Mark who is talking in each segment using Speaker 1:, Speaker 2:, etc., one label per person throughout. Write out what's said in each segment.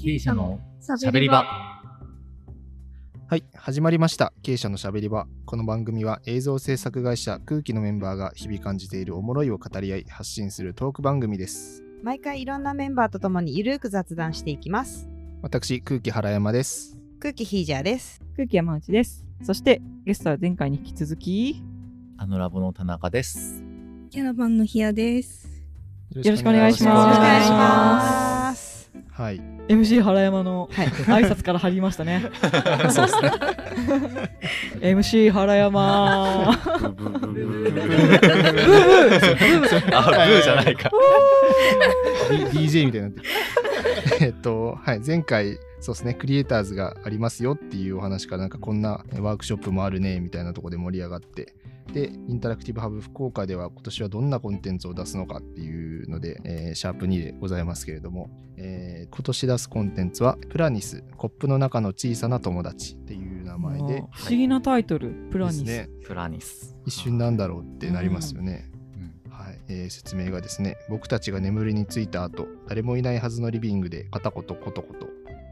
Speaker 1: 経営者のしゃ
Speaker 2: 喋
Speaker 1: べり場。
Speaker 3: はい、始まりました。経営者のしゃべり場。この番組は映像制作会社空気のメンバーが日々感じているおもろいを語り合い発信するトーク番組です。
Speaker 4: 毎回いろんなメンバーとともにゆるく雑談していきます。
Speaker 3: 私、空気原山です。
Speaker 4: 空気ヒージャーです。
Speaker 5: 空気山内です。そしてゲストは前回に引き続き
Speaker 1: あのラボの田中です。
Speaker 2: キャラバンのヒヤです。
Speaker 3: よ
Speaker 5: ろしくお願いし
Speaker 4: よろし
Speaker 5: ま
Speaker 4: くお願いし
Speaker 5: ま
Speaker 4: ます。
Speaker 3: す。はい、
Speaker 5: MC 原山の
Speaker 4: はい。
Speaker 5: 挨拶から入りました ね。MC 原山。
Speaker 1: ブブブブブブブ
Speaker 5: ブー
Speaker 1: あ、ブーじゃないか。
Speaker 3: D- DJ みたいになってる えっと、はい、前回、そうですね、クリエイターズがありますよっていうお話から、なんかこんなワークショップもあるね、みたいなところで盛り上がって、で、インタラクティブハブ福岡では今年はどんなコンテンツを出すのかっていうので、えーシャープ2でございますけれども、えー今年出すコンテンツは、プラニス、コップの中の小さな友達っていう名前で、
Speaker 5: 不思議なタイトル、プラニス。
Speaker 3: ですね、
Speaker 1: プラニス。
Speaker 3: 一瞬なんだろうってなりますよね。
Speaker 1: うん。
Speaker 3: はいえー説明がですね僕たちが眠りについた後誰もいないはずのリビングで片言コトコト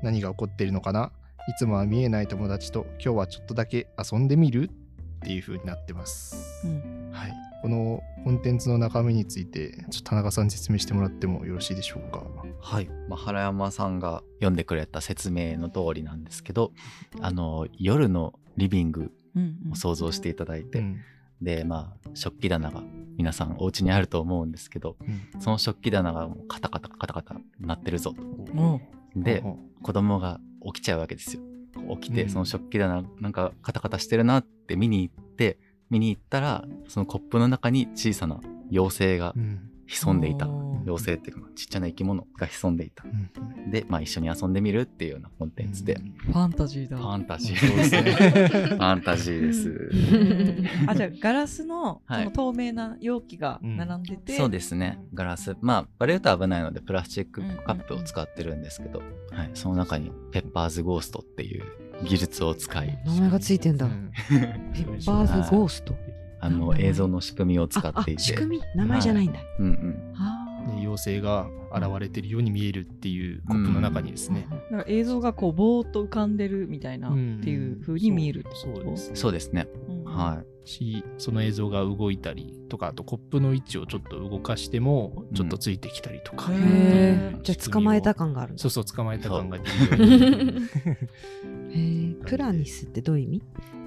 Speaker 3: 何が起こっているのかないつもは見えない友達と今日はちょっとだけ遊んでみるっていう風になってます、
Speaker 5: う
Speaker 3: はい、このコンテンツの中身についてちょっと田中さん説明してもらってもよろしいでしょうか
Speaker 1: はい、まあ、原山さんが読んでくれた説明の通りなんですけどあの夜のリビング
Speaker 5: うんうん
Speaker 1: を想像していただいて、
Speaker 3: うん
Speaker 1: でまあ食器棚が皆さんお家にあると思うんですけど
Speaker 3: うん
Speaker 1: その食器棚がもうカタカタカタカタなってるぞと
Speaker 5: おう
Speaker 1: で
Speaker 3: ほうほ
Speaker 1: 子供が起きちゃうわけですよ起き
Speaker 3: う
Speaker 1: て
Speaker 3: ん
Speaker 1: その食器棚なんかカタカタしてるなって見に行って見に行ったらそのコップの中に小さな妖精が
Speaker 3: ううん
Speaker 1: 潜んでいた
Speaker 5: おー
Speaker 1: 妖精っていうかちっちゃな生き物が潜んでいた
Speaker 3: うん
Speaker 1: で、まあ、一緒に遊んでみるっていうようなコンテンツで、
Speaker 5: ファンタジーだ。
Speaker 1: ファンタジ
Speaker 3: そう
Speaker 1: ー
Speaker 3: で
Speaker 1: ですすね。
Speaker 3: ね
Speaker 1: ファンタジーです。
Speaker 5: あじゃあガラスの,、
Speaker 1: はい
Speaker 5: この透明な容器が並んでて、
Speaker 1: そうですね。ガラス。まあ、バレると危ないので、プラスチック
Speaker 5: うんうんうん
Speaker 1: カップを使ってるんですけど、はい、その中に、ペッパーズゴーストっていう技術を使い、
Speaker 4: 名前がついてん
Speaker 3: う
Speaker 4: だ。
Speaker 3: ん
Speaker 4: ペッパーズゴースト。
Speaker 1: あの、映像の仕組みを使
Speaker 4: あ
Speaker 1: っ
Speaker 4: あ
Speaker 1: てい、て。
Speaker 4: 仕組み名前じゃないんだ。
Speaker 1: うんうん。
Speaker 5: あ
Speaker 3: で
Speaker 5: ー
Speaker 3: 妖精が現れてるように見えるっていうコップの中にですね、
Speaker 5: なんか映像がこうぼーっと浮かんでるみたいな、
Speaker 3: うん
Speaker 5: っていう風に見えるって
Speaker 3: そう
Speaker 5: こ
Speaker 3: そうで
Speaker 5: と
Speaker 3: すね
Speaker 1: そうですね。
Speaker 5: うん
Speaker 1: は
Speaker 3: しその映像が動いたりとかあとコップの位置をちょっと動かしても
Speaker 1: うん
Speaker 3: ちょっとついてきたりとか、
Speaker 5: へ
Speaker 4: へ
Speaker 5: う
Speaker 4: え。じゃあ捕まえた感があるんだ
Speaker 3: そうそう捕まえた感が出るように
Speaker 4: へえ。プラニスってどういう意味？
Speaker 1: い。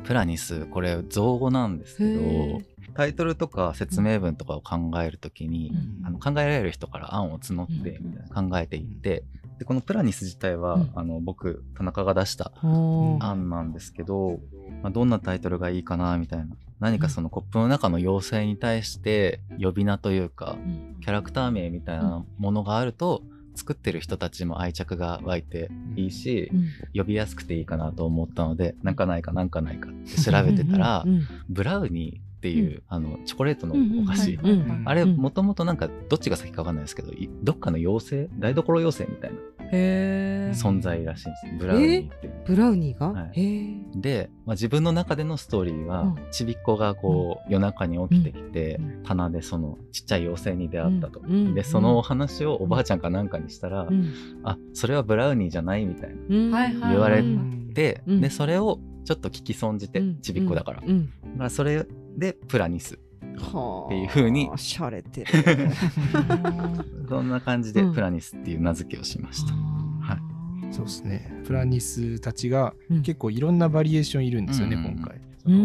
Speaker 1: プラニス、これ、造語なんですけど、タイトルとか説明文とかを考えるときに、
Speaker 5: うん
Speaker 1: あの考えられる人から案を募って
Speaker 5: うん
Speaker 1: 考えていって、でこのプラニス自体は、
Speaker 4: うん
Speaker 1: あの僕田中が出した
Speaker 4: おー
Speaker 3: あ
Speaker 1: 案なんですけど、まあ、どんなタイトルがいいかなみたいな何かそのコップの中の妖精に対して呼び名というか
Speaker 5: うん
Speaker 1: キャラクター名みたいなものがあると、作ってる人たちも愛着が湧いていいし、
Speaker 4: うん
Speaker 1: 呼びやすくていいかなと思ったのでなんかないかなんかないかって調べてたら、
Speaker 4: うんうん
Speaker 1: ブラウニーっていう、あのチョコレートのお菓子、
Speaker 5: うんうん
Speaker 3: うん
Speaker 1: あれ、
Speaker 4: うん
Speaker 1: もともとなんか、どっちが先かわかんないですけど、いどっかの妖精、台所妖精みたいな
Speaker 5: へえ。
Speaker 1: 存在らしいんです。ブラウニーっていうの。
Speaker 4: ブラウニーが
Speaker 1: は。い
Speaker 4: へえ。
Speaker 1: で、まあ、自分の中でのストーリーは、
Speaker 4: うん
Speaker 1: ちびっこがこう、夜中に起きてきて、
Speaker 4: うん
Speaker 1: 棚でそのちっちゃい妖精に出会ったと。
Speaker 4: うんうん
Speaker 1: で、そのお話をおばあちゃんかなんかにしたら、
Speaker 4: うん
Speaker 1: あ、それはブラウニーじゃないみたいな。
Speaker 4: うん
Speaker 5: はいはい
Speaker 1: 言われ
Speaker 4: うん
Speaker 1: で、
Speaker 4: うん
Speaker 1: で、それをちょっと聞き損じて、ちびっこだから。
Speaker 4: うん
Speaker 1: だからそれで、プラニス。
Speaker 4: はあ
Speaker 1: っていう風に
Speaker 4: しゃれてる
Speaker 1: そんな感じで、
Speaker 4: うん
Speaker 1: プラニスっていう名付けをしました。はい
Speaker 3: そうですねプラニスたちが
Speaker 4: うん
Speaker 3: 結構いろんなバリエーションいるんですよね、
Speaker 1: うんうんうん
Speaker 3: 今回そうの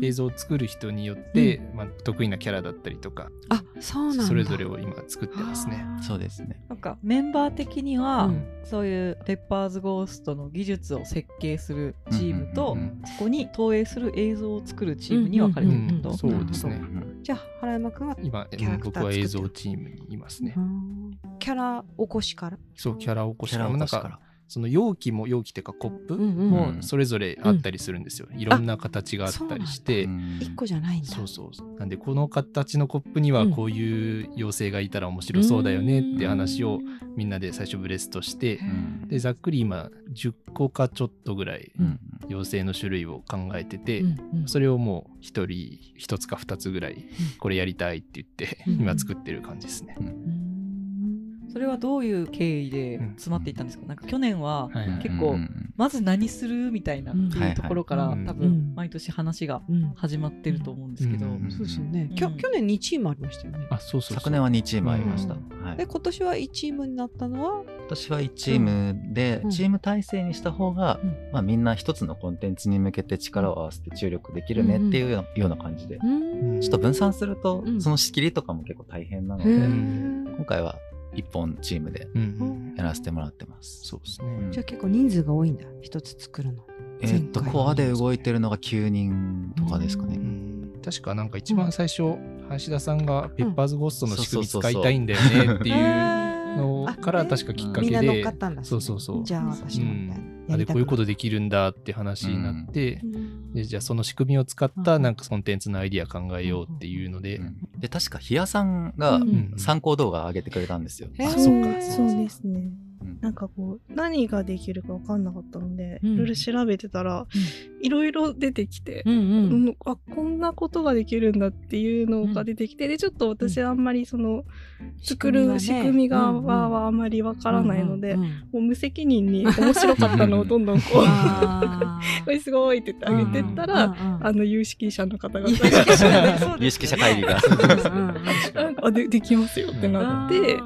Speaker 4: ん
Speaker 3: 映像を作る人によって、まあ、得意なキャラだったりとか
Speaker 4: あそうなんだ
Speaker 3: それぞれを今作ってますね
Speaker 1: そうですね。
Speaker 5: なんかメンバー的には、
Speaker 4: うん
Speaker 5: そういうペッパーズゴーストの技術を設計するチームと、
Speaker 1: うんうん
Speaker 5: そこに投影する映像を作るチームに分かれてる
Speaker 3: うん
Speaker 5: と、
Speaker 3: そうですね
Speaker 1: うん
Speaker 4: じゃあ原山くんは
Speaker 3: 今
Speaker 4: キャラクター
Speaker 3: 僕は
Speaker 4: 作って
Speaker 3: 映像チームにいますね、
Speaker 4: うんキャラ起こしから
Speaker 3: そうキャラ起こし
Speaker 1: キャ
Speaker 3: か
Speaker 1: ラ
Speaker 3: も
Speaker 1: を出
Speaker 3: なん
Speaker 1: す。
Speaker 3: からその容器も容器っていうかコップ
Speaker 4: うんうん
Speaker 3: もそれぞれあったりするんですよ、いろんな形があったりして、
Speaker 4: 一個じゃないんだ
Speaker 3: そうそうなんでこの形のコップには
Speaker 4: うん
Speaker 3: こういう妖精がいたら面白そうだよねって話を
Speaker 4: うん
Speaker 3: みんなで最初ブレストして
Speaker 5: へー
Speaker 3: でざっくり今10個かちょっとぐらい
Speaker 1: うん
Speaker 3: 妖精の種類を考えてて、
Speaker 4: うんうん
Speaker 3: それをもう一人一つか二つぐらいこれやりたいって言って
Speaker 4: うん
Speaker 3: 今作ってる感じですね。
Speaker 4: うん
Speaker 5: それはどういう経緯で
Speaker 3: うん
Speaker 5: 詰まっていったんですかなんか去年は
Speaker 3: はいはい
Speaker 5: 結構
Speaker 1: うんうん
Speaker 5: まず何するみたいなっ
Speaker 6: うん
Speaker 5: ていうところから、
Speaker 3: はいはい
Speaker 5: 多
Speaker 6: う
Speaker 5: 分
Speaker 6: ん
Speaker 5: 毎年話が
Speaker 6: うん
Speaker 5: 始まってると思うんですけど、
Speaker 3: うんうんうん
Speaker 6: そうですよね。きょ
Speaker 5: うん
Speaker 6: 去年2チームありましたよね。
Speaker 3: あ、そうそうそう
Speaker 1: 昨年は2チームありました、
Speaker 6: う
Speaker 1: はい、
Speaker 6: で今年は1チームになったのは、
Speaker 1: 今年は1チームで、
Speaker 6: うん
Speaker 1: チーム体制にした方が、
Speaker 6: うん
Speaker 1: まあ、みんな一つのコンテンツに向けて力を合わせて注力できるねっていうような,、感じで、
Speaker 6: うん
Speaker 1: ちょっと分散すると、
Speaker 6: うん
Speaker 1: その仕切りとかも結構大変なの
Speaker 6: へ
Speaker 1: で、
Speaker 6: ー
Speaker 1: 今回は1本チームで
Speaker 3: うんうん
Speaker 1: やらせてもらってます。
Speaker 3: そうです
Speaker 1: う
Speaker 3: ね
Speaker 1: ん
Speaker 6: じゃあ結構人数が多いんだ。一つ作るの。
Speaker 1: えーっと
Speaker 6: 前回
Speaker 1: コアで動いてるのが9人とかですかね。
Speaker 3: うん確かなんか一番最初、林田さんがペッパーズゴーストの仕組み
Speaker 1: そうそうそ
Speaker 3: 使
Speaker 1: うそう
Speaker 3: いたいんだよねっていう の
Speaker 6: あ
Speaker 3: から確かきっか
Speaker 1: うん
Speaker 3: け
Speaker 6: みんな乗っ
Speaker 3: で
Speaker 6: かったんだ。
Speaker 3: そうそうそう
Speaker 6: じゃあ私もみたいな。
Speaker 3: あれ
Speaker 6: やりた
Speaker 3: こういう
Speaker 6: くなる
Speaker 3: ことできるんだって話になって、
Speaker 6: うん
Speaker 3: でじゃあその仕組みを使った
Speaker 6: うん
Speaker 3: なんかコンテンツのアイディア考えようっていうので、
Speaker 1: うんで確かひやさんが
Speaker 6: うん
Speaker 1: 参考動画上げてくれたんですよ。
Speaker 6: へー
Speaker 3: そっか
Speaker 2: そうですね。
Speaker 1: うん
Speaker 2: なんかこう何ができるか分かんなかったので、
Speaker 6: うん
Speaker 2: いろいろ調べてたら、いろいろ出てきて、
Speaker 6: うんうん
Speaker 2: うんあこんなことができるんだっていうのが出てきて、でちょっと私あんまりその作る仕組み側はあんまり分からないので、
Speaker 6: うんうん
Speaker 2: もう無責任に面白かったの をどんどんこ
Speaker 6: うん
Speaker 2: う
Speaker 6: あ
Speaker 2: 「これすごい!」って言ってあ
Speaker 6: ー
Speaker 2: げてったら、
Speaker 6: うんうんう ん
Speaker 2: あの有識者の方が
Speaker 6: 有識者ねそうですよね
Speaker 1: 有識者会議が
Speaker 6: うんうんうん
Speaker 2: なん かあでできますよってなって、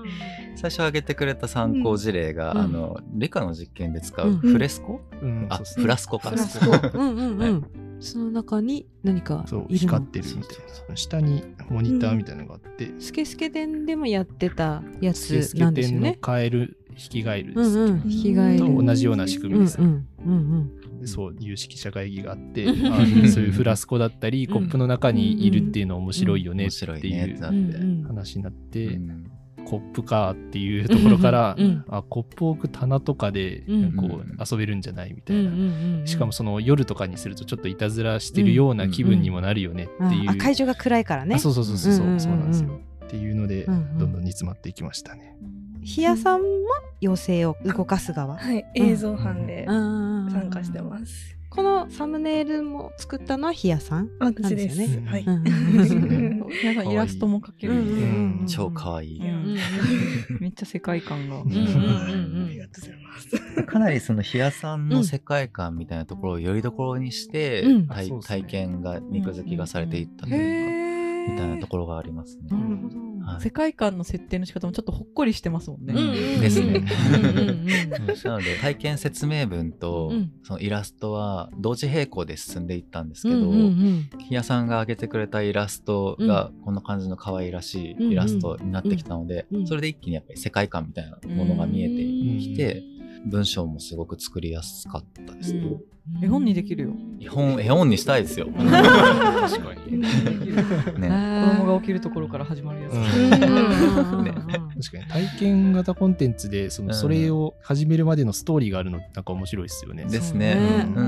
Speaker 1: 最初上げてくれた参考事例が、
Speaker 6: うん
Speaker 1: あの理科の実験で使う
Speaker 6: うん
Speaker 1: フレスコ、
Speaker 3: うん
Speaker 1: あ
Speaker 3: そうそう
Speaker 1: フラスコか
Speaker 6: フラスコ。うんう んう
Speaker 1: は
Speaker 6: ん。その中に何か
Speaker 3: そう
Speaker 6: いる
Speaker 3: 光っ
Speaker 6: の。
Speaker 3: てるみたいな下にモニターみたいなのがあって、
Speaker 6: スケスケ伝でもやってたや
Speaker 3: スケ
Speaker 6: つ
Speaker 3: スケ
Speaker 6: なんです
Speaker 3: 店
Speaker 6: よ
Speaker 3: の
Speaker 6: ね。
Speaker 3: カエル引きガエルで
Speaker 6: うん
Speaker 3: す、
Speaker 6: うん。
Speaker 2: 引
Speaker 6: 被害
Speaker 3: と
Speaker 6: う
Speaker 3: 同じような仕組み
Speaker 6: んう
Speaker 3: です、
Speaker 6: んうん
Speaker 3: でそう有識者会議があって、
Speaker 6: うん
Speaker 3: あーそういうフラスコだったり、
Speaker 6: うん
Speaker 3: コップの中にいるっていうの面白いよね
Speaker 1: 面
Speaker 3: って
Speaker 1: 白いね
Speaker 3: い
Speaker 1: って
Speaker 3: う
Speaker 1: な
Speaker 6: う
Speaker 1: って。
Speaker 6: んうん。
Speaker 3: 話になって、
Speaker 1: うん
Speaker 3: コップかっていうところから、
Speaker 6: うん
Speaker 3: あコップを置く棚とかで
Speaker 6: うん
Speaker 3: こう遊べるんじゃないみた
Speaker 6: う
Speaker 3: い
Speaker 6: ん
Speaker 3: な、
Speaker 6: うんうん
Speaker 3: しかもその夜とかにするとちょっといたずらしてるような気分にもなるよねっていう、
Speaker 6: あ会場が暗いからね
Speaker 3: あそうそうそうそう,、
Speaker 6: うんうんうんうん
Speaker 3: そうなんですよっていうので、
Speaker 6: うんうん
Speaker 3: どんどん煮詰まっていきましたね。
Speaker 6: ひやさんも妖精を動かす側
Speaker 2: はい、映像班で参
Speaker 6: 参
Speaker 2: 加してます。
Speaker 6: このサムネイルも作ったのはひやさん
Speaker 2: 私です。
Speaker 6: な
Speaker 3: で
Speaker 6: ん
Speaker 3: すよね
Speaker 2: はい。
Speaker 6: うん
Speaker 3: うん
Speaker 5: 皆さんイラストも描けるん
Speaker 6: うん
Speaker 5: で、
Speaker 6: うんうん
Speaker 1: 超可愛い、
Speaker 5: うん
Speaker 6: うん
Speaker 5: めっちゃ世界観が。
Speaker 3: ん
Speaker 6: うん
Speaker 2: ありがとうございます。
Speaker 1: かなりその比嘉さんの世界観みたいなところをよりどころにして、
Speaker 6: うん
Speaker 1: 体
Speaker 3: あそうですね
Speaker 1: 体験が肉付きがされていったというか、
Speaker 6: へー
Speaker 1: みたいなところがありますね。
Speaker 6: なるほど
Speaker 1: はい
Speaker 5: 世界観の設定の仕方もちょっとほっこりしてますもんね。
Speaker 6: うんうんうん
Speaker 1: ですね
Speaker 6: うんうんうん
Speaker 1: なので体験説明文と、
Speaker 6: うん
Speaker 1: そのイラストは同時並行で進んでいったんですけ
Speaker 6: う
Speaker 1: ど、
Speaker 6: んうん
Speaker 1: ひやさんが上げてくれたイラストがこんな感じの可愛らしいイラストになってきたので、
Speaker 6: うんうんうん
Speaker 1: それで一気にやっぱり世界観みたいなものが見えてきて、文章もすごく作りやすかったですね。
Speaker 5: うん
Speaker 6: うん
Speaker 5: 絵本にできるよ。
Speaker 1: 絵本絵本にしたいですよ。
Speaker 3: 確かに
Speaker 6: へ
Speaker 1: ね、
Speaker 5: 子
Speaker 6: ー
Speaker 5: 供が起きるところから始まるやつ。
Speaker 3: うん
Speaker 6: うんうんうんうん
Speaker 1: ね
Speaker 3: 確かに体験型コンテンツでそ
Speaker 1: う
Speaker 3: の
Speaker 1: ん
Speaker 3: それを始めるまでのストーリーがあるのってなんか面白いですよね。
Speaker 1: ですね。
Speaker 3: ね
Speaker 1: う
Speaker 6: うん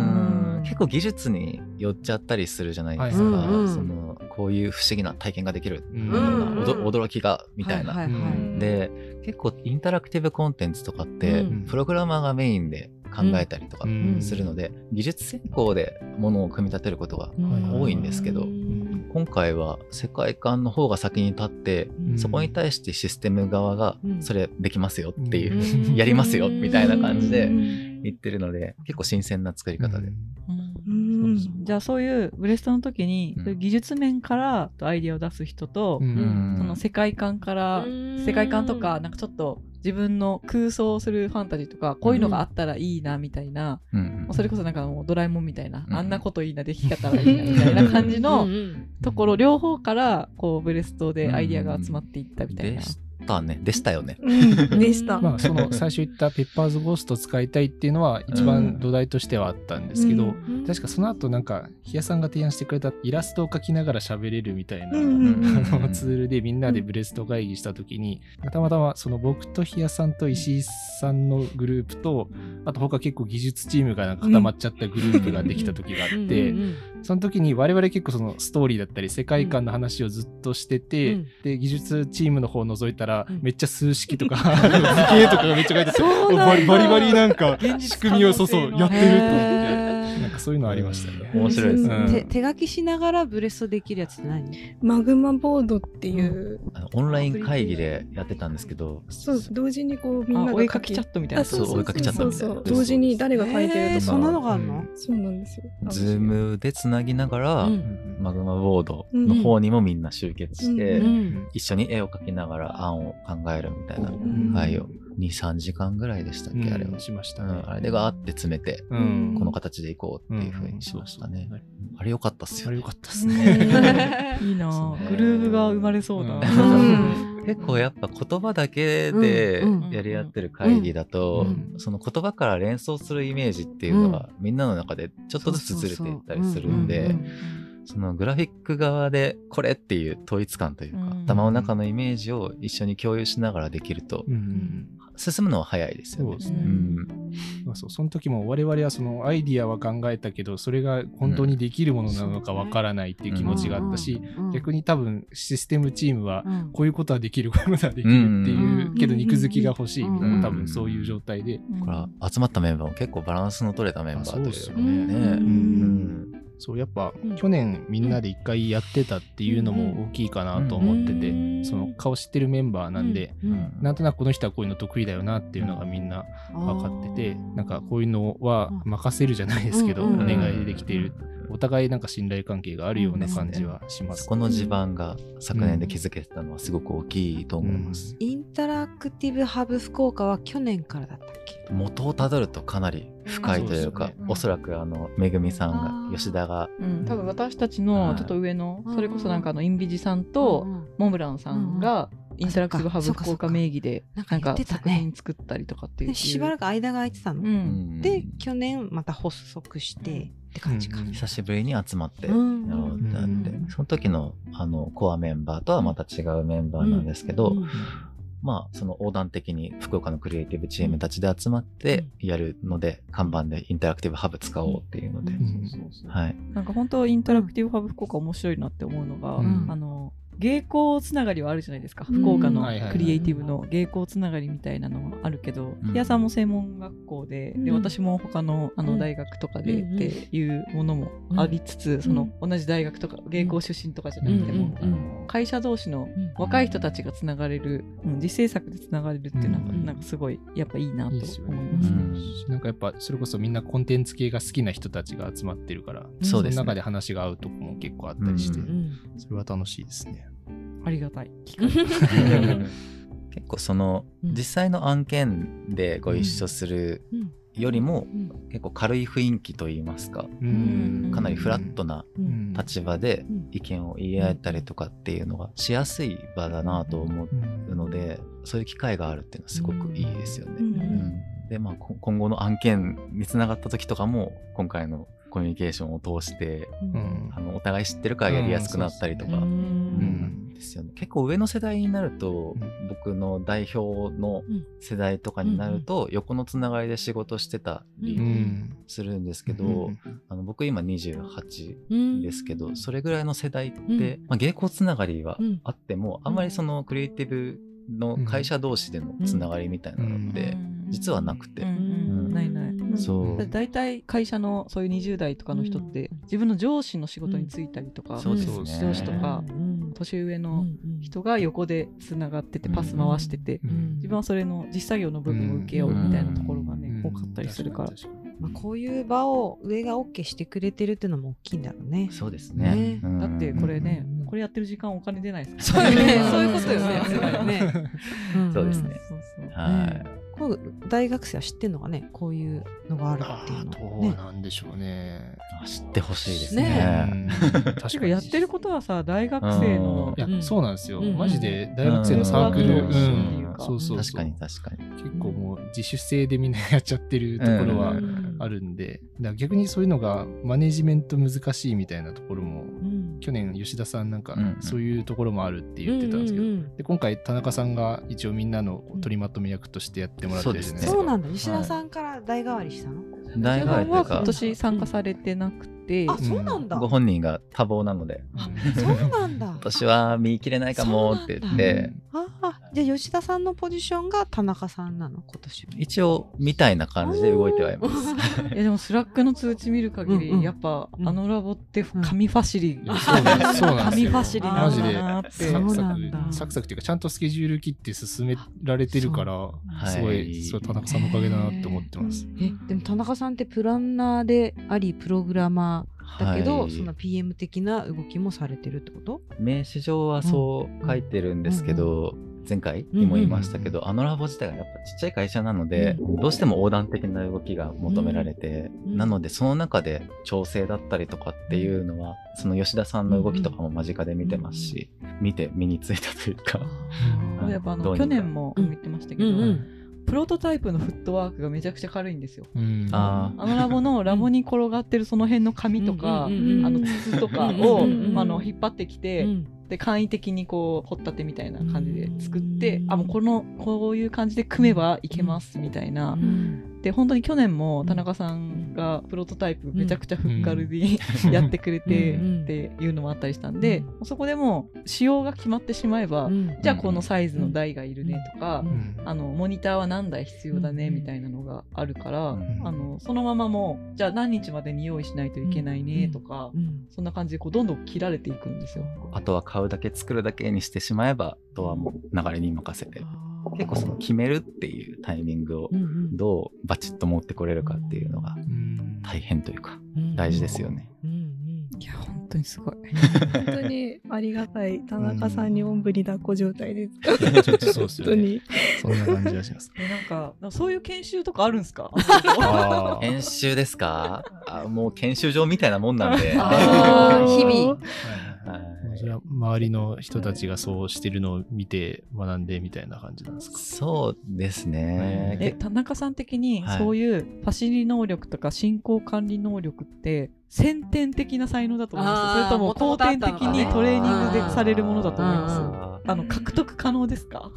Speaker 6: ん
Speaker 1: 結構技術に寄っちゃったりするじゃないですか、
Speaker 3: はい
Speaker 6: うんうん
Speaker 1: そのこういう不思議な体験ができる、
Speaker 3: うん
Speaker 1: おど驚きがみたいな。
Speaker 6: ははは
Speaker 3: うん
Speaker 1: で結構インタラクティブコンテンツとかって、
Speaker 6: うん
Speaker 1: プログラマーがメインで考えたりとか
Speaker 3: うん
Speaker 1: するので、技術専攻でものを組み立てることが
Speaker 6: うん
Speaker 1: 多いんですけど
Speaker 6: うん
Speaker 1: 今回は世界観の方が先に立って
Speaker 3: うん
Speaker 1: そこに対してシステム側が
Speaker 6: うん
Speaker 1: それできますよっていう、
Speaker 6: うん
Speaker 1: やりますよみたいな感じで
Speaker 6: うん
Speaker 1: 言ってるので結構新鮮な作り方で。
Speaker 5: うん
Speaker 2: うん
Speaker 5: じゃあそういうブレストの時に、
Speaker 1: うん
Speaker 5: そういう技術面からアイディアを出す人と、
Speaker 3: うん
Speaker 1: うん
Speaker 5: その世界観から、世界観とかなんかちょっと自分の空想するファンタジーとかこういうのがあったらいいなみたいな、
Speaker 1: うんうん
Speaker 5: もうそれこそなんかもうドラえもんみたいな、
Speaker 1: うん
Speaker 5: あんなこといいなできたらいいなみたいな感じ
Speaker 6: う
Speaker 5: の
Speaker 6: んうん
Speaker 5: ところ両方からこうブレストでアイディアが集まっていったみたい
Speaker 1: で
Speaker 5: な。
Speaker 1: したね。でしたよね。
Speaker 2: うんでした。
Speaker 3: まあ その最初言ったペッパーズゴースト使いたいっていうのは一番土台としてはあったんですけど、
Speaker 2: うん
Speaker 3: 確かその後なんかひやさんが提案してくれたイラストを描きながら喋れるみたいな、
Speaker 2: うんうん
Speaker 3: あのツールでみんなでブレスト会議した時に、たまたまその僕とひやさんと石井さんのグループとあと他結構技術チームがなんか固まっちゃったグループができた時があ
Speaker 6: うんうん
Speaker 3: ってその時に我々結構そのストーリーだったり世界観の話をずっとしてて、
Speaker 6: うん
Speaker 3: で技術チームの方を覗いたら
Speaker 6: うん
Speaker 3: めっちゃ数式とか 図形とかがめっちゃ書いてあって
Speaker 5: そうなんだ
Speaker 3: バリバリバリなんか
Speaker 5: 現実可
Speaker 3: 仕組
Speaker 5: 能性の
Speaker 3: みをそうそうやってると思って。なんかかそういうのありましたね。
Speaker 1: 面白いですね。
Speaker 3: うん
Speaker 6: 手手書きしながらブレストできるやつって何
Speaker 2: マグマボードっていう、
Speaker 1: あのオンライン会議でやってたんですけど、
Speaker 2: そう同時にこうみん
Speaker 5: あ
Speaker 2: な
Speaker 5: お絵
Speaker 2: が
Speaker 5: かきチャットみたい
Speaker 2: あ
Speaker 5: な
Speaker 2: そう
Speaker 1: そう追いかけちゃったみたいな
Speaker 2: そうそう同時に誰が書いてる
Speaker 6: え
Speaker 2: と
Speaker 6: ー
Speaker 2: か、
Speaker 6: そんなのがあるの
Speaker 2: そうなんですよ
Speaker 1: ズームでつなぎながら、
Speaker 5: うん
Speaker 3: うん
Speaker 1: マグマボードの方にもみんな集結して、
Speaker 2: うん
Speaker 6: うん
Speaker 1: 一緒に絵を描きながら案を考えるみたいな
Speaker 2: うん
Speaker 1: 会を2、3時間ぐらいでしたっけ、あれは。
Speaker 3: しまし
Speaker 1: う
Speaker 3: たね。
Speaker 1: ん、あれでガーって詰めて、
Speaker 3: うん
Speaker 1: この形でいこうっていうふうにしましたね。
Speaker 3: うん
Speaker 1: あれ良かったっすよ
Speaker 3: あれ
Speaker 1: ね
Speaker 3: よ。かったで
Speaker 5: う
Speaker 3: す
Speaker 5: ん
Speaker 3: ね。
Speaker 5: いいな
Speaker 1: そうね
Speaker 5: ぁグルーヴが生まれそうだ。
Speaker 1: うん
Speaker 6: うん
Speaker 1: 結構やっぱ言葉だけで
Speaker 6: うん
Speaker 5: うん
Speaker 1: やり合ってる会議だと、
Speaker 6: うん
Speaker 1: その言葉から連想するイメージっていうのが、みんなの中でちょっとずつずれていったりするんで、
Speaker 6: そうそうそううん
Speaker 1: そのグラフィック側でこれっていう統一感というか、
Speaker 5: うん
Speaker 1: 頭の中のイメージを一緒に共有しながらできると、
Speaker 3: うん
Speaker 1: 進むのは早いですよね
Speaker 3: そうで。
Speaker 5: う
Speaker 3: すね。
Speaker 5: ん
Speaker 3: まあそうその時も我々はそのアイディアは考えたけどそれが本当にできるものなのかわからないっていう気持ちがあったし、逆
Speaker 6: に
Speaker 3: に多分システムチームはこういうことはできるこういうことはできるっていう、
Speaker 6: うん
Speaker 3: けど肉付きが欲しいみたいな、
Speaker 1: うん
Speaker 3: 多分そういう状態で、
Speaker 5: うん
Speaker 1: これは集まったメンバーも結構バランスの取れたメンバーという
Speaker 3: あそうっすよ
Speaker 1: か
Speaker 3: ね
Speaker 1: ね。うん
Speaker 3: そうやっぱ
Speaker 5: うん
Speaker 3: 去年みんなで一回やってたっていうのも大きいかなと思ってて、
Speaker 5: うん
Speaker 3: その顔知ってるメンバーなんで、なんとなくこの人はこういうの得意だよなっていうのがみんな分かってて、なんかこういうのは任せるじゃないですけど、
Speaker 6: うんうん
Speaker 3: お願いできている、お互いなんか信頼関係があるような感じはします。
Speaker 1: そこの地盤が昨年で築けてたのはすごく大きいと思います。
Speaker 6: インタラクティブハブ福岡は去年からだったっけ
Speaker 1: 元をたどるとかなり深いという
Speaker 3: うん
Speaker 1: か
Speaker 3: そう
Speaker 5: ですね
Speaker 1: おそらくあのめぐみさん
Speaker 6: あ
Speaker 1: が
Speaker 6: ー
Speaker 1: 吉田が
Speaker 5: うん多分私たちのちょっと上の
Speaker 6: はい
Speaker 5: それこそなんかあのインビジさんと
Speaker 6: うんうん
Speaker 5: モンブランさんがインタラクティブハブ
Speaker 6: そっか
Speaker 5: 福岡名義で
Speaker 6: なんか
Speaker 5: なん
Speaker 6: 言っ
Speaker 5: か
Speaker 6: てた
Speaker 5: 作
Speaker 6: ね
Speaker 5: 品作ったりとかっていう
Speaker 6: でしばらく間が空いてたの、
Speaker 5: うん
Speaker 6: で
Speaker 1: うん
Speaker 6: 去年また発足して、
Speaker 5: うん
Speaker 6: って感じか、
Speaker 3: うん
Speaker 1: 久しぶりに集まってや
Speaker 6: う
Speaker 1: ろ
Speaker 6: ん
Speaker 1: うってなって
Speaker 5: うん
Speaker 1: その時のあのコアメンバーとはまた違うメンバーなんですけど
Speaker 6: うん
Speaker 1: まあその横断的に福岡のクリエイティブチームたちで集まってやるので看板でインタラクティブハブ使おうっていうので
Speaker 3: うん
Speaker 1: はい
Speaker 5: なんか本当インタラクティブハブ福岡面白いなって思うのが、
Speaker 3: うん
Speaker 5: あの芸行つながりはあるじゃないですか、
Speaker 2: うん
Speaker 5: 福岡の
Speaker 3: はいはいはい
Speaker 5: クリエイティブの芸行つながりみたいなのもあるけど
Speaker 1: うん
Speaker 5: 土屋、さんも専門学校で,、で
Speaker 2: うん
Speaker 5: 私も他のあの大学とかで、
Speaker 6: うん
Speaker 5: っていうものもありつつ、その同じ大学とか芸行出身とかじゃなくても、
Speaker 6: うんうん
Speaker 5: 会社同士
Speaker 6: う
Speaker 5: の
Speaker 6: ん
Speaker 5: 若い人たちがつながれる、うん実制作でつながれるっていうのが、
Speaker 3: うん
Speaker 5: なんかすごいやっぱいいなと
Speaker 3: いい
Speaker 5: 思い
Speaker 3: で
Speaker 5: ますす
Speaker 3: よ
Speaker 5: ね。
Speaker 3: ねなんかやっぱそれこそみんなコンテンツ系が好きな人たちが集まってるから、
Speaker 1: そうですね
Speaker 3: の中で話が合うとこも結構あったりして、
Speaker 1: うん
Speaker 6: うん
Speaker 3: それは楽しいですね。
Speaker 5: ありがたい機会
Speaker 1: 結構その
Speaker 6: うん
Speaker 1: 実際の案件でご一緒する
Speaker 6: うん
Speaker 1: よりも
Speaker 6: うん
Speaker 1: 結構軽い雰囲気といいますか
Speaker 5: ん
Speaker 1: かなりフラットな
Speaker 6: うん
Speaker 1: 立場で
Speaker 6: うん
Speaker 1: 意見を言い合えたりとかっていうのがしやすい場だなと思うのでそういう機会があるっていうのはすごくいいですよね。
Speaker 2: うん
Speaker 1: うんでまあこ今後の案件につながった時とかも今回のコミュニケーションを通して
Speaker 3: うん
Speaker 1: あのお互い知ってるからやりやすくなったりとか。
Speaker 6: う
Speaker 1: うんんですよね、結構上の世代になると、
Speaker 3: うん
Speaker 1: 僕の代表の世代とかになると、横のつながりで仕事してた
Speaker 3: う
Speaker 1: り
Speaker 3: ん
Speaker 1: するんですけど、
Speaker 3: うん
Speaker 1: あの僕今28
Speaker 6: うん
Speaker 1: ですけど、それぐらいの世代って、
Speaker 6: うん
Speaker 1: まあ、芸行つながりは
Speaker 6: うん
Speaker 1: あっても、あんまりそのクリエイティブの会社同士でのつながりみたいなのって、実はなくて、
Speaker 5: うんうんないない、
Speaker 6: うん
Speaker 1: そう
Speaker 5: だ大体会社のそういう20代とかの人って自分の上司の仕事に就いたりとか、
Speaker 1: そうですね
Speaker 5: 上司とか
Speaker 6: うん
Speaker 5: 年上
Speaker 6: うんう
Speaker 5: の
Speaker 6: ん
Speaker 5: 人が横でつながっててパス回してて、
Speaker 3: うん
Speaker 5: 自分はそれの実作業の部分を受けようみたいなところがね、
Speaker 3: うん
Speaker 5: 多かったりするから。
Speaker 3: 確に確
Speaker 6: まあ、こういう場を上が OK してくれてるっていうのも大きいんだろうね。
Speaker 1: そうですね
Speaker 6: ね
Speaker 1: うん
Speaker 5: だってこれね、
Speaker 6: うん
Speaker 5: これやってる時間お金出ないです
Speaker 6: そうよね
Speaker 5: ん
Speaker 6: そういうことよね
Speaker 5: そうそうそう
Speaker 6: ね
Speaker 1: そうです
Speaker 5: そう
Speaker 1: ね
Speaker 5: そう
Speaker 1: はい、
Speaker 6: こう大学生は知ってんのがねこういうのがあるっていう
Speaker 3: かに
Speaker 6: の
Speaker 3: どう
Speaker 6: ね。
Speaker 3: なんでしょうね。
Speaker 1: あ知ってほしいです
Speaker 6: ね
Speaker 1: ね。
Speaker 3: うん確
Speaker 5: てかやってることはさ大学生の
Speaker 3: いや、
Speaker 6: うん
Speaker 3: そうなんですよ、
Speaker 6: うん
Speaker 3: マジで大学生のサーク
Speaker 1: う
Speaker 3: ル、
Speaker 1: ん
Speaker 3: うんそうそう
Speaker 1: 確
Speaker 3: そ
Speaker 1: か
Speaker 3: う
Speaker 1: に確かに。
Speaker 3: 結構もう自主性でみんなやっちゃってるところは
Speaker 6: うん
Speaker 3: あるんで、だから逆にそういうのがマネジメント難しいみたいなところも
Speaker 6: うん
Speaker 3: 去年吉田さんなんか
Speaker 1: うん
Speaker 3: そういうところもあるって言ってたんですけど、
Speaker 6: ううん
Speaker 3: で今回田中さんが一応みんなの取りまとめ役としてやってもらってるじゃないですか。
Speaker 6: そうなんだ吉田さんから代替わりしたの、
Speaker 1: 大学とい
Speaker 5: 中盤は
Speaker 1: う
Speaker 5: 今
Speaker 1: か、
Speaker 5: 年参加されてなくて、
Speaker 6: あそうなんだ、
Speaker 1: ご本人が多忙なので、
Speaker 6: そうなんだ
Speaker 1: 今年は見切れないかもって言って、
Speaker 6: ああじゃあ吉田さんのポジションが田中さんなの今年
Speaker 1: 一応みたいな感じで動いてはいます。
Speaker 5: いやでもスラックの通知見る限り、
Speaker 6: うんうん
Speaker 5: やっぱ、
Speaker 6: うん
Speaker 5: あのラボって紙ファシリ、
Speaker 3: そうなんです そうなんです
Speaker 5: 紙
Speaker 3: よ
Speaker 5: ファシリなんだなって
Speaker 3: サク
Speaker 6: そう
Speaker 3: サ
Speaker 6: なんだ
Speaker 3: クサクサクっていうかちゃんとスケジュール切って進められてるから
Speaker 1: はい
Speaker 3: すごいそれ田中さんのおかげだなって思ってます。
Speaker 6: えでも田中さんってプランナーでありプログラマーだけど、
Speaker 1: はい
Speaker 6: その PM 的な動きもされてるってこと
Speaker 1: 名刺上はそう書いてるんですけど、前回にも言いましたけど、あのラボ自体がやっぱちっちゃい会社なので、どうしても横断的な動きが求められて、
Speaker 6: うん
Speaker 1: なのでその中で調整だったりとかっていうのはその吉田さんの動きとかも間近で見てますし、見て身についたというか、
Speaker 5: やっぱあ
Speaker 1: どう
Speaker 5: の
Speaker 1: にか
Speaker 5: 去年も言ってましたけど、プロトタイプのフットワークがめちゃくちゃ軽いんですよ。
Speaker 3: うん
Speaker 1: あ
Speaker 5: あのラボのラボに転がってるその辺の紙とか、
Speaker 6: うん
Speaker 2: うんうん
Speaker 5: あの筒とかを、
Speaker 6: うんうんうん
Speaker 5: まあ、あの引っ張ってきて、
Speaker 6: うん
Speaker 5: で簡易的にこう掘ったてみたいな感じで作って、
Speaker 6: うん
Speaker 5: あもうこのこういう感じで組めばいけますみたいな、で本当に去年も田中さんがプロトタイプめちゃくちゃフッカルにやってくれて
Speaker 6: うんうん
Speaker 5: っていうのもあったりしたんで、
Speaker 6: うん
Speaker 5: もうそこでもう仕様が決まってしまえば、
Speaker 6: うん
Speaker 5: じゃあこのサイズの台がいるねとか、
Speaker 6: うん
Speaker 3: うん
Speaker 5: あのモニターは何台必要だね
Speaker 6: うん
Speaker 5: みたいなのがあるから、
Speaker 1: うん
Speaker 5: あのそのままもうじゃあ何日までに用意しないといけないねとか、
Speaker 6: うん
Speaker 5: そんな感じでこうどんどん切られていくんですよ。
Speaker 1: あとは買うだけ作るだけにしてしまえばあとはもう流れに任せて結構その決めるっていうタイミングを
Speaker 6: うんうん
Speaker 1: どうバチッと持ってこれるかっていうのが
Speaker 3: うん
Speaker 1: 大変というか大事ですよね。
Speaker 6: うんうん
Speaker 5: いや本当にすごい。
Speaker 2: 本当にありがたい田中さんにおんぶに抱っこ状態です。
Speaker 3: ちょっとそうです
Speaker 2: 本当
Speaker 3: よね。
Speaker 2: に。
Speaker 3: そんな感じがします。
Speaker 5: えなんかなんかそういう研修とかあるんですか？
Speaker 3: あ ー
Speaker 1: 研修ですかあもう研修場みたいなもんなんで。
Speaker 5: あ
Speaker 6: ー日々
Speaker 1: はい
Speaker 3: それは周りの人たちがそうしてるのを見て学んでみたいな感じなんですか。
Speaker 1: そうですね。
Speaker 5: え田中さん的に
Speaker 1: はい
Speaker 5: そういうファシリ能力とか進行管理能力って先天的な才能だと思います
Speaker 6: あー
Speaker 5: それとも後天的にトレーニング
Speaker 6: あ
Speaker 5: で
Speaker 6: ー
Speaker 5: されるものだと思い
Speaker 6: す
Speaker 5: ます。あの獲得可能ですか？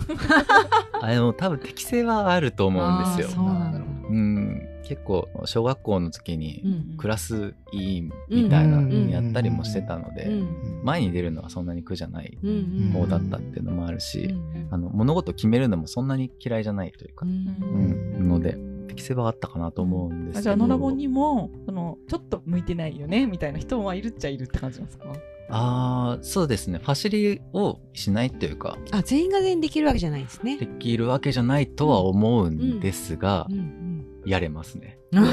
Speaker 1: あでも多分適性はあると思うんです
Speaker 6: あー
Speaker 1: よ。
Speaker 6: そうなんだ
Speaker 1: うん、結構小学校の時にクラス委員
Speaker 6: うん
Speaker 1: みたいな
Speaker 3: うんうんうんうん
Speaker 1: やったりもしてたので、
Speaker 6: うん
Speaker 1: 前に出るのはそんなに苦じゃない
Speaker 6: うんう
Speaker 1: 方
Speaker 6: ん
Speaker 1: だったっていうのもあるし、
Speaker 6: うん
Speaker 1: あの物事を決めるのもそんなに嫌いじゃないというか、
Speaker 6: うん
Speaker 1: うん、ので適性はあったかなと思うんですけど
Speaker 5: あじゃああのラボにもそのちょっと向いてないよねみたいな人はいるっちゃいるって感じなんですか
Speaker 1: あーそうですねファシリをしないっていうか
Speaker 6: あ全員が全員できるわけじゃないですね
Speaker 1: できるわけじゃないとは思うんですが、
Speaker 6: うん
Speaker 1: やれますね
Speaker 6: うん
Speaker 5: あ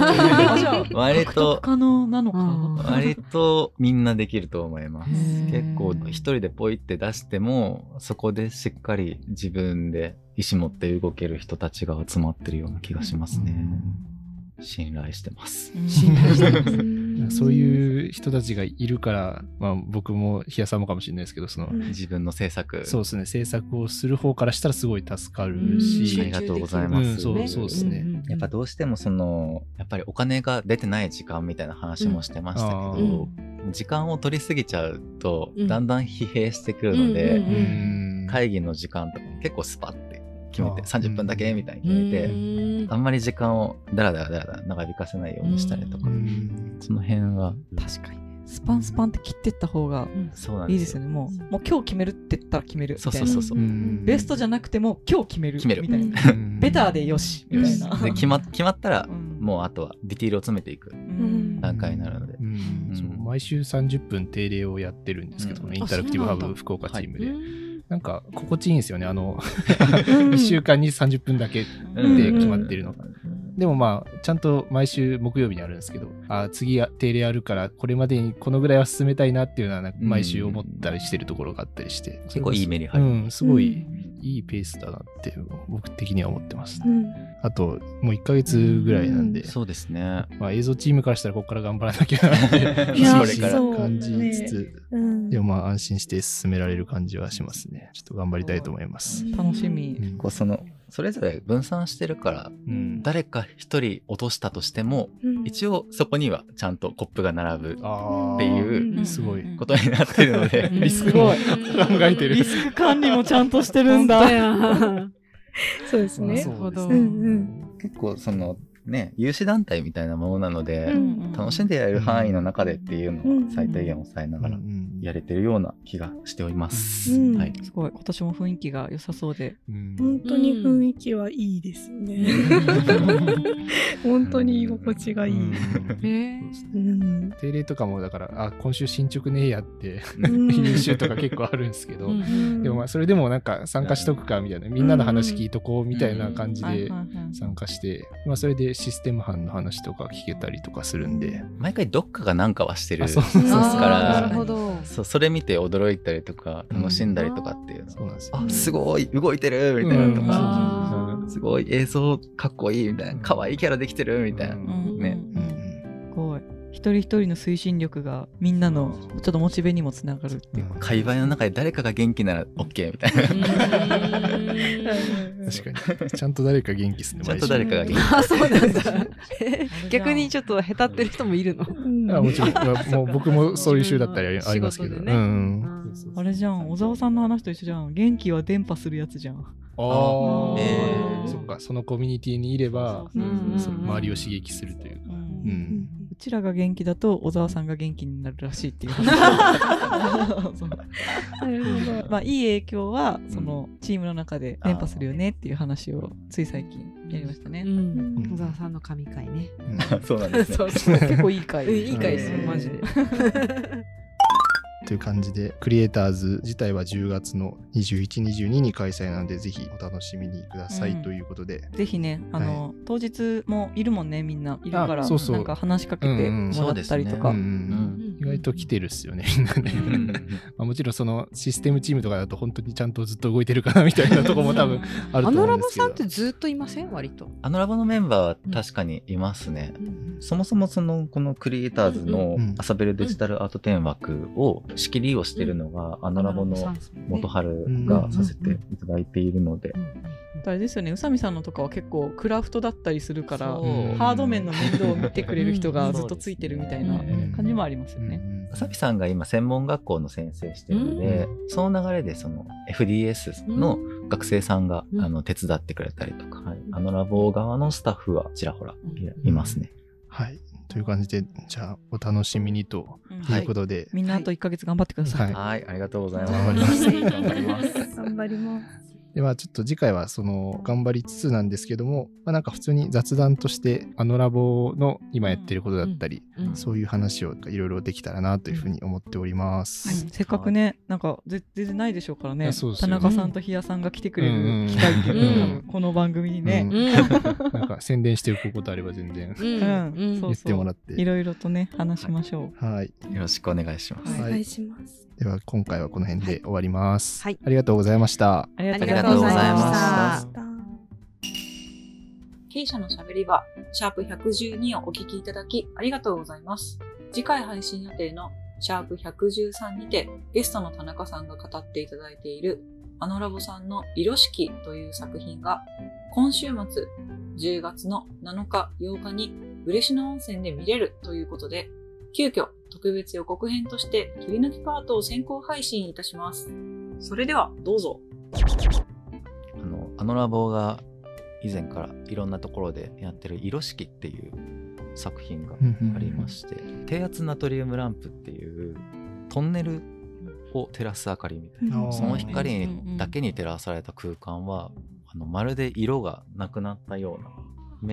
Speaker 5: じゃあ
Speaker 1: 割
Speaker 5: 獲
Speaker 1: と
Speaker 5: 得可能なのか、
Speaker 6: うん
Speaker 1: 割とみんなできると思います
Speaker 6: へー
Speaker 1: 結構一人でポイって出してもそこでしっかり自分で意思持って動ける人たちが集まってるような気がしますね信頼してます
Speaker 5: 信
Speaker 6: 頼してま
Speaker 3: そういう人たちがいるから、まあ、僕も日野さんもかもしれないですけどその、
Speaker 1: 自分の制作
Speaker 3: そうですね制作をする方からしたらすごい助かる
Speaker 1: あ
Speaker 3: し、
Speaker 1: りがとうございます、
Speaker 3: うんそうそうですね
Speaker 6: うんうん
Speaker 1: やっぱどうしてもそのやっぱりお金が出てない時間みたいな話もしてましたけ
Speaker 3: う
Speaker 1: ど、時間を取りすぎちゃうと
Speaker 6: うん
Speaker 1: だんだん疲弊してくるので、
Speaker 6: うんうん
Speaker 3: うん
Speaker 1: 会議の時間とかも結構スパって決めて
Speaker 3: あ
Speaker 1: 30分だけみたいに
Speaker 6: う
Speaker 1: 決めて、
Speaker 6: ん
Speaker 1: あんまり時間をダラダラダラダラ長引かせないようにしたりとか、
Speaker 3: うん
Speaker 1: その辺は
Speaker 5: 確かにねスパンスパンって切ってった方が
Speaker 1: そうなん
Speaker 5: いい
Speaker 1: で
Speaker 5: ですす
Speaker 1: よ
Speaker 5: よねもうもう今日決めるって言ったら決めるみた
Speaker 1: そ
Speaker 5: いうな
Speaker 1: そうそうそう、
Speaker 3: うん
Speaker 5: ベストじゃなくても今日決める
Speaker 1: 決める
Speaker 5: みたいな
Speaker 3: うん
Speaker 5: ベターでよしみたいな
Speaker 1: で決ま決まったら、
Speaker 5: うん
Speaker 1: もうあとはディティールを詰めていく
Speaker 5: うん
Speaker 1: 段階になるので、
Speaker 3: うん
Speaker 1: うん
Speaker 3: そう毎週30分定例をやってるんですけど、
Speaker 1: うん
Speaker 3: このインタラクティブハ
Speaker 6: あそうな
Speaker 3: ブ
Speaker 6: ん
Speaker 3: 福岡チームで、
Speaker 6: うん
Speaker 3: なんか心地いいんですよねあの
Speaker 2: うん
Speaker 3: 1週間に30分だけ
Speaker 1: うん
Speaker 3: で決まってるの
Speaker 1: う
Speaker 3: が、
Speaker 1: ん
Speaker 3: でもまあちゃんと毎週木曜日にあるんですけどあ次は定例あるからこれまでにこのぐらいは進めたいなっていうのはなんか毎週思ったりしてるところがあったりして、
Speaker 1: 結構いいメリハ
Speaker 3: う
Speaker 1: リ、
Speaker 3: んすごいいいペースだなって僕的には思ってます、
Speaker 2: うん
Speaker 3: あともう1ヶ月ぐらいなんで、
Speaker 1: そうですね
Speaker 3: まあ、映像チームからしたらここから頑張らなきゃなって
Speaker 1: いや
Speaker 3: 必死に
Speaker 1: そう
Speaker 2: ね
Speaker 3: 感じつつ、
Speaker 2: うん
Speaker 3: でもまあ安心して進められる感じはしますね。ちょっと頑張りたいと思います。
Speaker 5: 楽しみ
Speaker 1: こうそのそれぞれ分散してるから
Speaker 3: うん
Speaker 1: 誰か一人落としたとしても
Speaker 2: うん
Speaker 1: 一応そこにはちゃんとコップが並ぶ
Speaker 3: あー
Speaker 1: っていう
Speaker 2: うん
Speaker 3: すごい
Speaker 1: ことになってるので
Speaker 6: う ん
Speaker 1: リスク
Speaker 5: すご
Speaker 1: も
Speaker 5: い
Speaker 3: 考えてる
Speaker 5: リスク管理もちゃんとしてるんだ
Speaker 6: 本当や
Speaker 2: そうですね。
Speaker 3: そうです
Speaker 2: うんうん
Speaker 1: 結構そのね、有志団体みたいなものなので、
Speaker 2: うん
Speaker 1: 楽しんでやれる範囲の中でっていう
Speaker 2: う
Speaker 1: のを
Speaker 2: ん
Speaker 1: 最低限抑えながらやれてるような気がしております。
Speaker 2: うん
Speaker 1: はい。
Speaker 5: すごい今年も雰囲気が良さそうで
Speaker 2: 本当に雰囲気はいいですよね。 本当に居心地がいい。うん。
Speaker 3: 定例とかもだからあ今週進捗ねえやって
Speaker 2: うん
Speaker 3: 編集とか結構あるんですけど、
Speaker 6: うん
Speaker 3: でもまあそれでもなんか参加しとくかみたいなみんなの話聞いとこうみたいな感じ
Speaker 5: はい
Speaker 3: で
Speaker 5: はいはい
Speaker 3: 参加して、まあ、それでシステム班の話とか聞けたりとかするんで、
Speaker 1: 毎回どっかが何かはしてる
Speaker 3: あそうそう
Speaker 1: です
Speaker 3: そう
Speaker 1: か
Speaker 6: あーな
Speaker 1: ら
Speaker 6: るほど。
Speaker 1: そうそれ見て驚いたりとか
Speaker 3: うん
Speaker 1: 楽しんだりとかっていうの
Speaker 3: そうなんですよ。
Speaker 1: あすごい動いてるみたいなと
Speaker 3: う
Speaker 1: か、
Speaker 3: ん
Speaker 6: あー
Speaker 1: すごい映像かっこいいみたいな可愛いキャラできてるみたいな、
Speaker 3: う
Speaker 5: うんん
Speaker 1: ね
Speaker 5: うんうんすごい一人一人の推進力がみんなのちょっとモチベにもつながるっていうか
Speaker 1: 界隈の中で誰かが元気なら OK みたいな、
Speaker 3: 確かに。ちゃんと誰か元気ですね。
Speaker 1: ちゃんと誰かが元気
Speaker 6: あ、そうなんだ。 え逆にちょっと下手ってる人もいるの。
Speaker 2: うん
Speaker 3: あもちろん、まあもう僕もそういう週だったりありますけど。
Speaker 6: 自分の仕事でね
Speaker 3: うんうん
Speaker 5: あれじゃん小沢さんの話と一緒じゃん元気は電波するやつじゃん
Speaker 3: あー
Speaker 1: えー
Speaker 3: そっか、そのコミュニティにいれば、
Speaker 5: そうそうそう
Speaker 6: うん
Speaker 3: その周りを刺激するというか。
Speaker 5: う
Speaker 3: うんん。
Speaker 5: うちらが元気だと小沢さんが元気になるらしいっていう話そう
Speaker 2: なるほど。
Speaker 5: まあいい影響はそのチームの中で伝播するよねっていう話をつい最近やりましたね、
Speaker 6: うん小沢さんの神回ね。
Speaker 3: うん
Speaker 1: そうなんですね
Speaker 6: そ うそう。
Speaker 5: 結構いい回
Speaker 6: うんいい回です
Speaker 1: う
Speaker 6: よ、
Speaker 1: ん
Speaker 6: マジで。
Speaker 3: という感じで、クリエイターズ自体は10月の21、22に開催なので、ぜひお楽しみにくださ
Speaker 5: う
Speaker 3: い
Speaker 5: ん
Speaker 3: ということで。
Speaker 5: ぜひね、あの、当日もいるもんね、みんな。いるから、
Speaker 3: あそうそう
Speaker 5: なんか話しかけて
Speaker 3: うんうん
Speaker 5: もらったりと
Speaker 1: あ
Speaker 5: か。
Speaker 3: う
Speaker 5: うん
Speaker 3: うん
Speaker 5: ん
Speaker 3: うん意外と来てるっすよね、みんなね。まあ、もちろんそのシステムチームとかだと本当にちゃんとずっと動いてるかなみたいなとこも多分 あると
Speaker 6: あの
Speaker 3: 思う
Speaker 6: ラ
Speaker 3: んで
Speaker 6: ボ
Speaker 3: すけど。
Speaker 6: さんってずっといません割と。
Speaker 1: あのラボのメンバーは確かにいますね、そもそもそのこのクリエイターズの
Speaker 3: うん
Speaker 1: 遊べるデジタルアート展枠を仕切りをしているのがあのラボの元春がさせていただいているので
Speaker 5: あれですよね、宇佐美さんのとかは結構クラフトだったりするから、
Speaker 6: そう
Speaker 3: うん
Speaker 5: ハード面の面倒を見てくれる人がずっとついてるみたいな
Speaker 3: うん
Speaker 5: 感じもありますよ
Speaker 3: うんう
Speaker 5: ね。
Speaker 3: ん
Speaker 1: あさぴさんが今専門学校の先生してるので、その流れでその FDS の学生さんが、
Speaker 6: うん
Speaker 1: あの手伝ってくれたりとか、はいあのラボ側のスタッフはちらほら
Speaker 6: う
Speaker 1: いますね。
Speaker 3: はい。という感じで、じゃあお楽しみにと
Speaker 5: うん
Speaker 3: いうことで、
Speaker 5: みんなあと1ヶ月頑張ってください。
Speaker 3: はい
Speaker 1: はい、ありがとうございます。
Speaker 3: 頑張りま
Speaker 1: 頑張り
Speaker 3: す
Speaker 1: ます。
Speaker 2: 頑張ります。
Speaker 3: ではちょっと次回はその頑張りつつなんですけども、まあ、なんか普通に雑談としてあのラボの今やってることだったり、
Speaker 6: うんうん
Speaker 3: そういう話をいろいろできたらなというふうに思っておりま
Speaker 5: はい
Speaker 3: す。
Speaker 5: せっかくね、なんかぜ全然ないでしょうから
Speaker 3: い
Speaker 5: ね、
Speaker 3: やそうです
Speaker 5: 田
Speaker 3: よね
Speaker 5: 中さんと比嘉さんが来てくれ
Speaker 3: うん
Speaker 5: る機会っていうの
Speaker 6: う
Speaker 5: が、この番組にね、
Speaker 3: うん
Speaker 6: うん
Speaker 3: なんか宣伝しておくことあれば全然
Speaker 6: うん
Speaker 5: うん
Speaker 6: う
Speaker 3: 言
Speaker 5: そう
Speaker 6: う
Speaker 3: ってもらって。
Speaker 5: いろいろとね、話しましょ
Speaker 3: はい。
Speaker 1: よろしくお願いします。
Speaker 2: お願いします。
Speaker 3: では今回はこの辺で終わります。
Speaker 6: はい
Speaker 3: ありがとうございました。
Speaker 5: う。あ
Speaker 6: りがとうございました
Speaker 1: あ
Speaker 2: 明日
Speaker 7: 経営者のしゃべり場、シャープ112をお聞きいただきありがとうございます。次回配信予定のシャープ113にてゲストの田中さんが語っていただいているあのラボさんの色式という作品が今週末10月の7日8日に嬉野温泉で見れるということで急遽特別予告編として切り抜きパートを先行配信いたします。それではどうぞ。
Speaker 1: あのあのラボが以前からいろんなところでやってる色式っていう作品がありまして、低圧ナトリウムランプっていうトンネルを照らす明かりみたいな。
Speaker 2: うん
Speaker 3: あー
Speaker 1: その光にだけに照らされた空間は、あのまるで色がなくなったような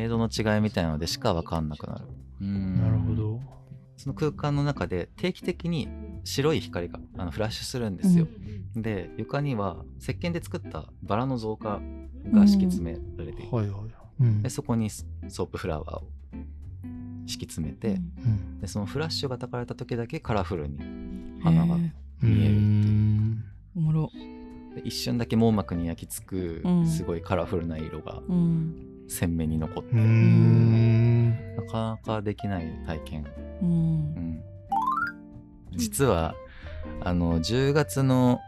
Speaker 1: 明度の違いみたいなのでしか分かんなくなる。うん
Speaker 3: なるほど。
Speaker 1: その空間の中で定期的に白い光があのフラッシュするんですよ。で床には石鹸で作ったバラの造花が敷き詰められていて、
Speaker 3: はいはい。うん
Speaker 1: でそこにソープフラワーを敷き詰めて、
Speaker 3: うん
Speaker 1: でそのフラッシュがたかれた時だけカラフルに花が
Speaker 5: えー
Speaker 1: 見えるっていう
Speaker 5: おもろ。
Speaker 1: で一瞬だけ網膜に焼き付く
Speaker 5: うん
Speaker 1: すごいカラフルな色が
Speaker 5: うん。
Speaker 1: 鮮明に残って、
Speaker 3: うーん。
Speaker 1: なかなかできない体験、
Speaker 5: うん
Speaker 1: う。ん実はあの10月の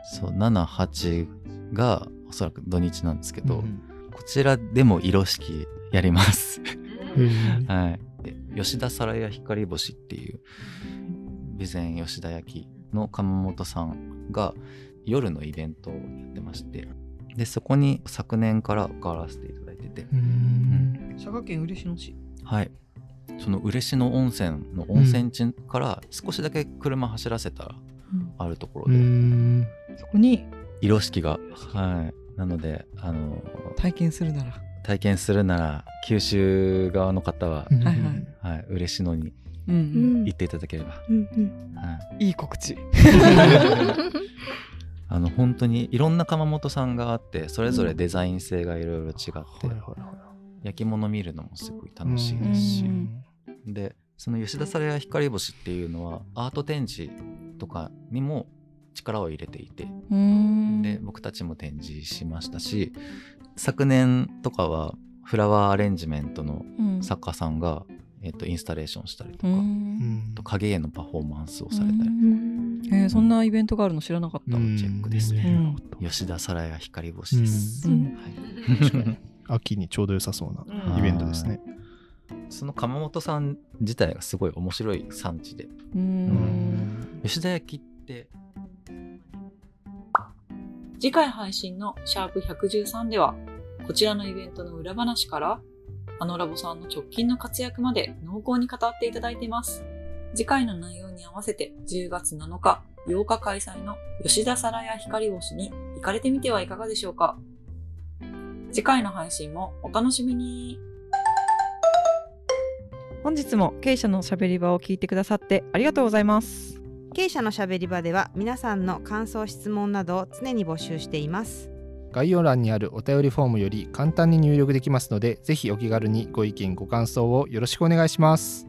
Speaker 1: 78がおそらく土日なんですけど、こちらでも色式やり ます、
Speaker 3: うん
Speaker 1: はい、で吉田皿屋光星っていう備前吉田焼の窯元さんが夜のイベントをやってましてでそこに昨年から関わらせていただいてて
Speaker 3: うん
Speaker 7: 佐賀県嬉野市。
Speaker 1: はいその嬉野温泉の温泉地から少しだけ車走らせたらあるところ
Speaker 3: う
Speaker 1: で、
Speaker 3: ん
Speaker 5: そこに
Speaker 1: 色式がはいなのであの
Speaker 5: 体験するなら。
Speaker 1: 体験するなら九州側の方は、
Speaker 3: うん
Speaker 5: はいはい
Speaker 1: はい、嬉野に
Speaker 5: うん
Speaker 2: う
Speaker 5: うん
Speaker 2: ん
Speaker 1: 行っていただければ、
Speaker 2: うん
Speaker 1: はい、
Speaker 5: いい告知。
Speaker 1: あの本当にいろんな窯元さんがあってそれぞれデザイン性がいろいろ違って、
Speaker 3: はいはいは
Speaker 1: 焼き物見るのもすごい
Speaker 3: い
Speaker 1: 楽しいですし
Speaker 5: う、
Speaker 1: でその吉田されや光星っていうのはアート展示とかにも力を入れていて、
Speaker 5: うん
Speaker 1: で僕たちも展示しましたし昨年とかはフラワーアレンジメントの
Speaker 5: うん
Speaker 1: 作家さんが、えっとインスタレーションしたりとか、
Speaker 5: う。
Speaker 3: うん
Speaker 1: あ
Speaker 3: ん
Speaker 1: と影絵のパフォーマンスをされたり、
Speaker 5: うんえーそんなイベントがあるの知らなかった。
Speaker 1: チェックですね
Speaker 5: うん
Speaker 1: 吉田さらや光星です。
Speaker 5: うん
Speaker 1: はい
Speaker 3: 秋にちょうど良さそうな
Speaker 1: うん
Speaker 3: イベントですね。
Speaker 1: その窯元さん自体がすごい面白い産地で
Speaker 5: う。
Speaker 3: うんん
Speaker 1: 吉田焼って
Speaker 7: 次回配信のシャープ113では、こちらのイベントの裏話から、あのラボさんの直近の活躍まで濃厚に語っていただいています。次回の内容に合わせて10月7日、8日開催の吉田皿や光星に行かれてみてはいかがでしょうか次回の配信もお楽しみに
Speaker 5: 本日も経営者のしゃべり場を聞いてくださってありがとうございます。
Speaker 4: 経営者のしゃべり場では皆さんの感想質問などを常に募集しています
Speaker 3: 概要欄にあるお便りフォームより簡単に入力できますので、ぜひお気軽にご意見、ご感想をよろしくお願いします。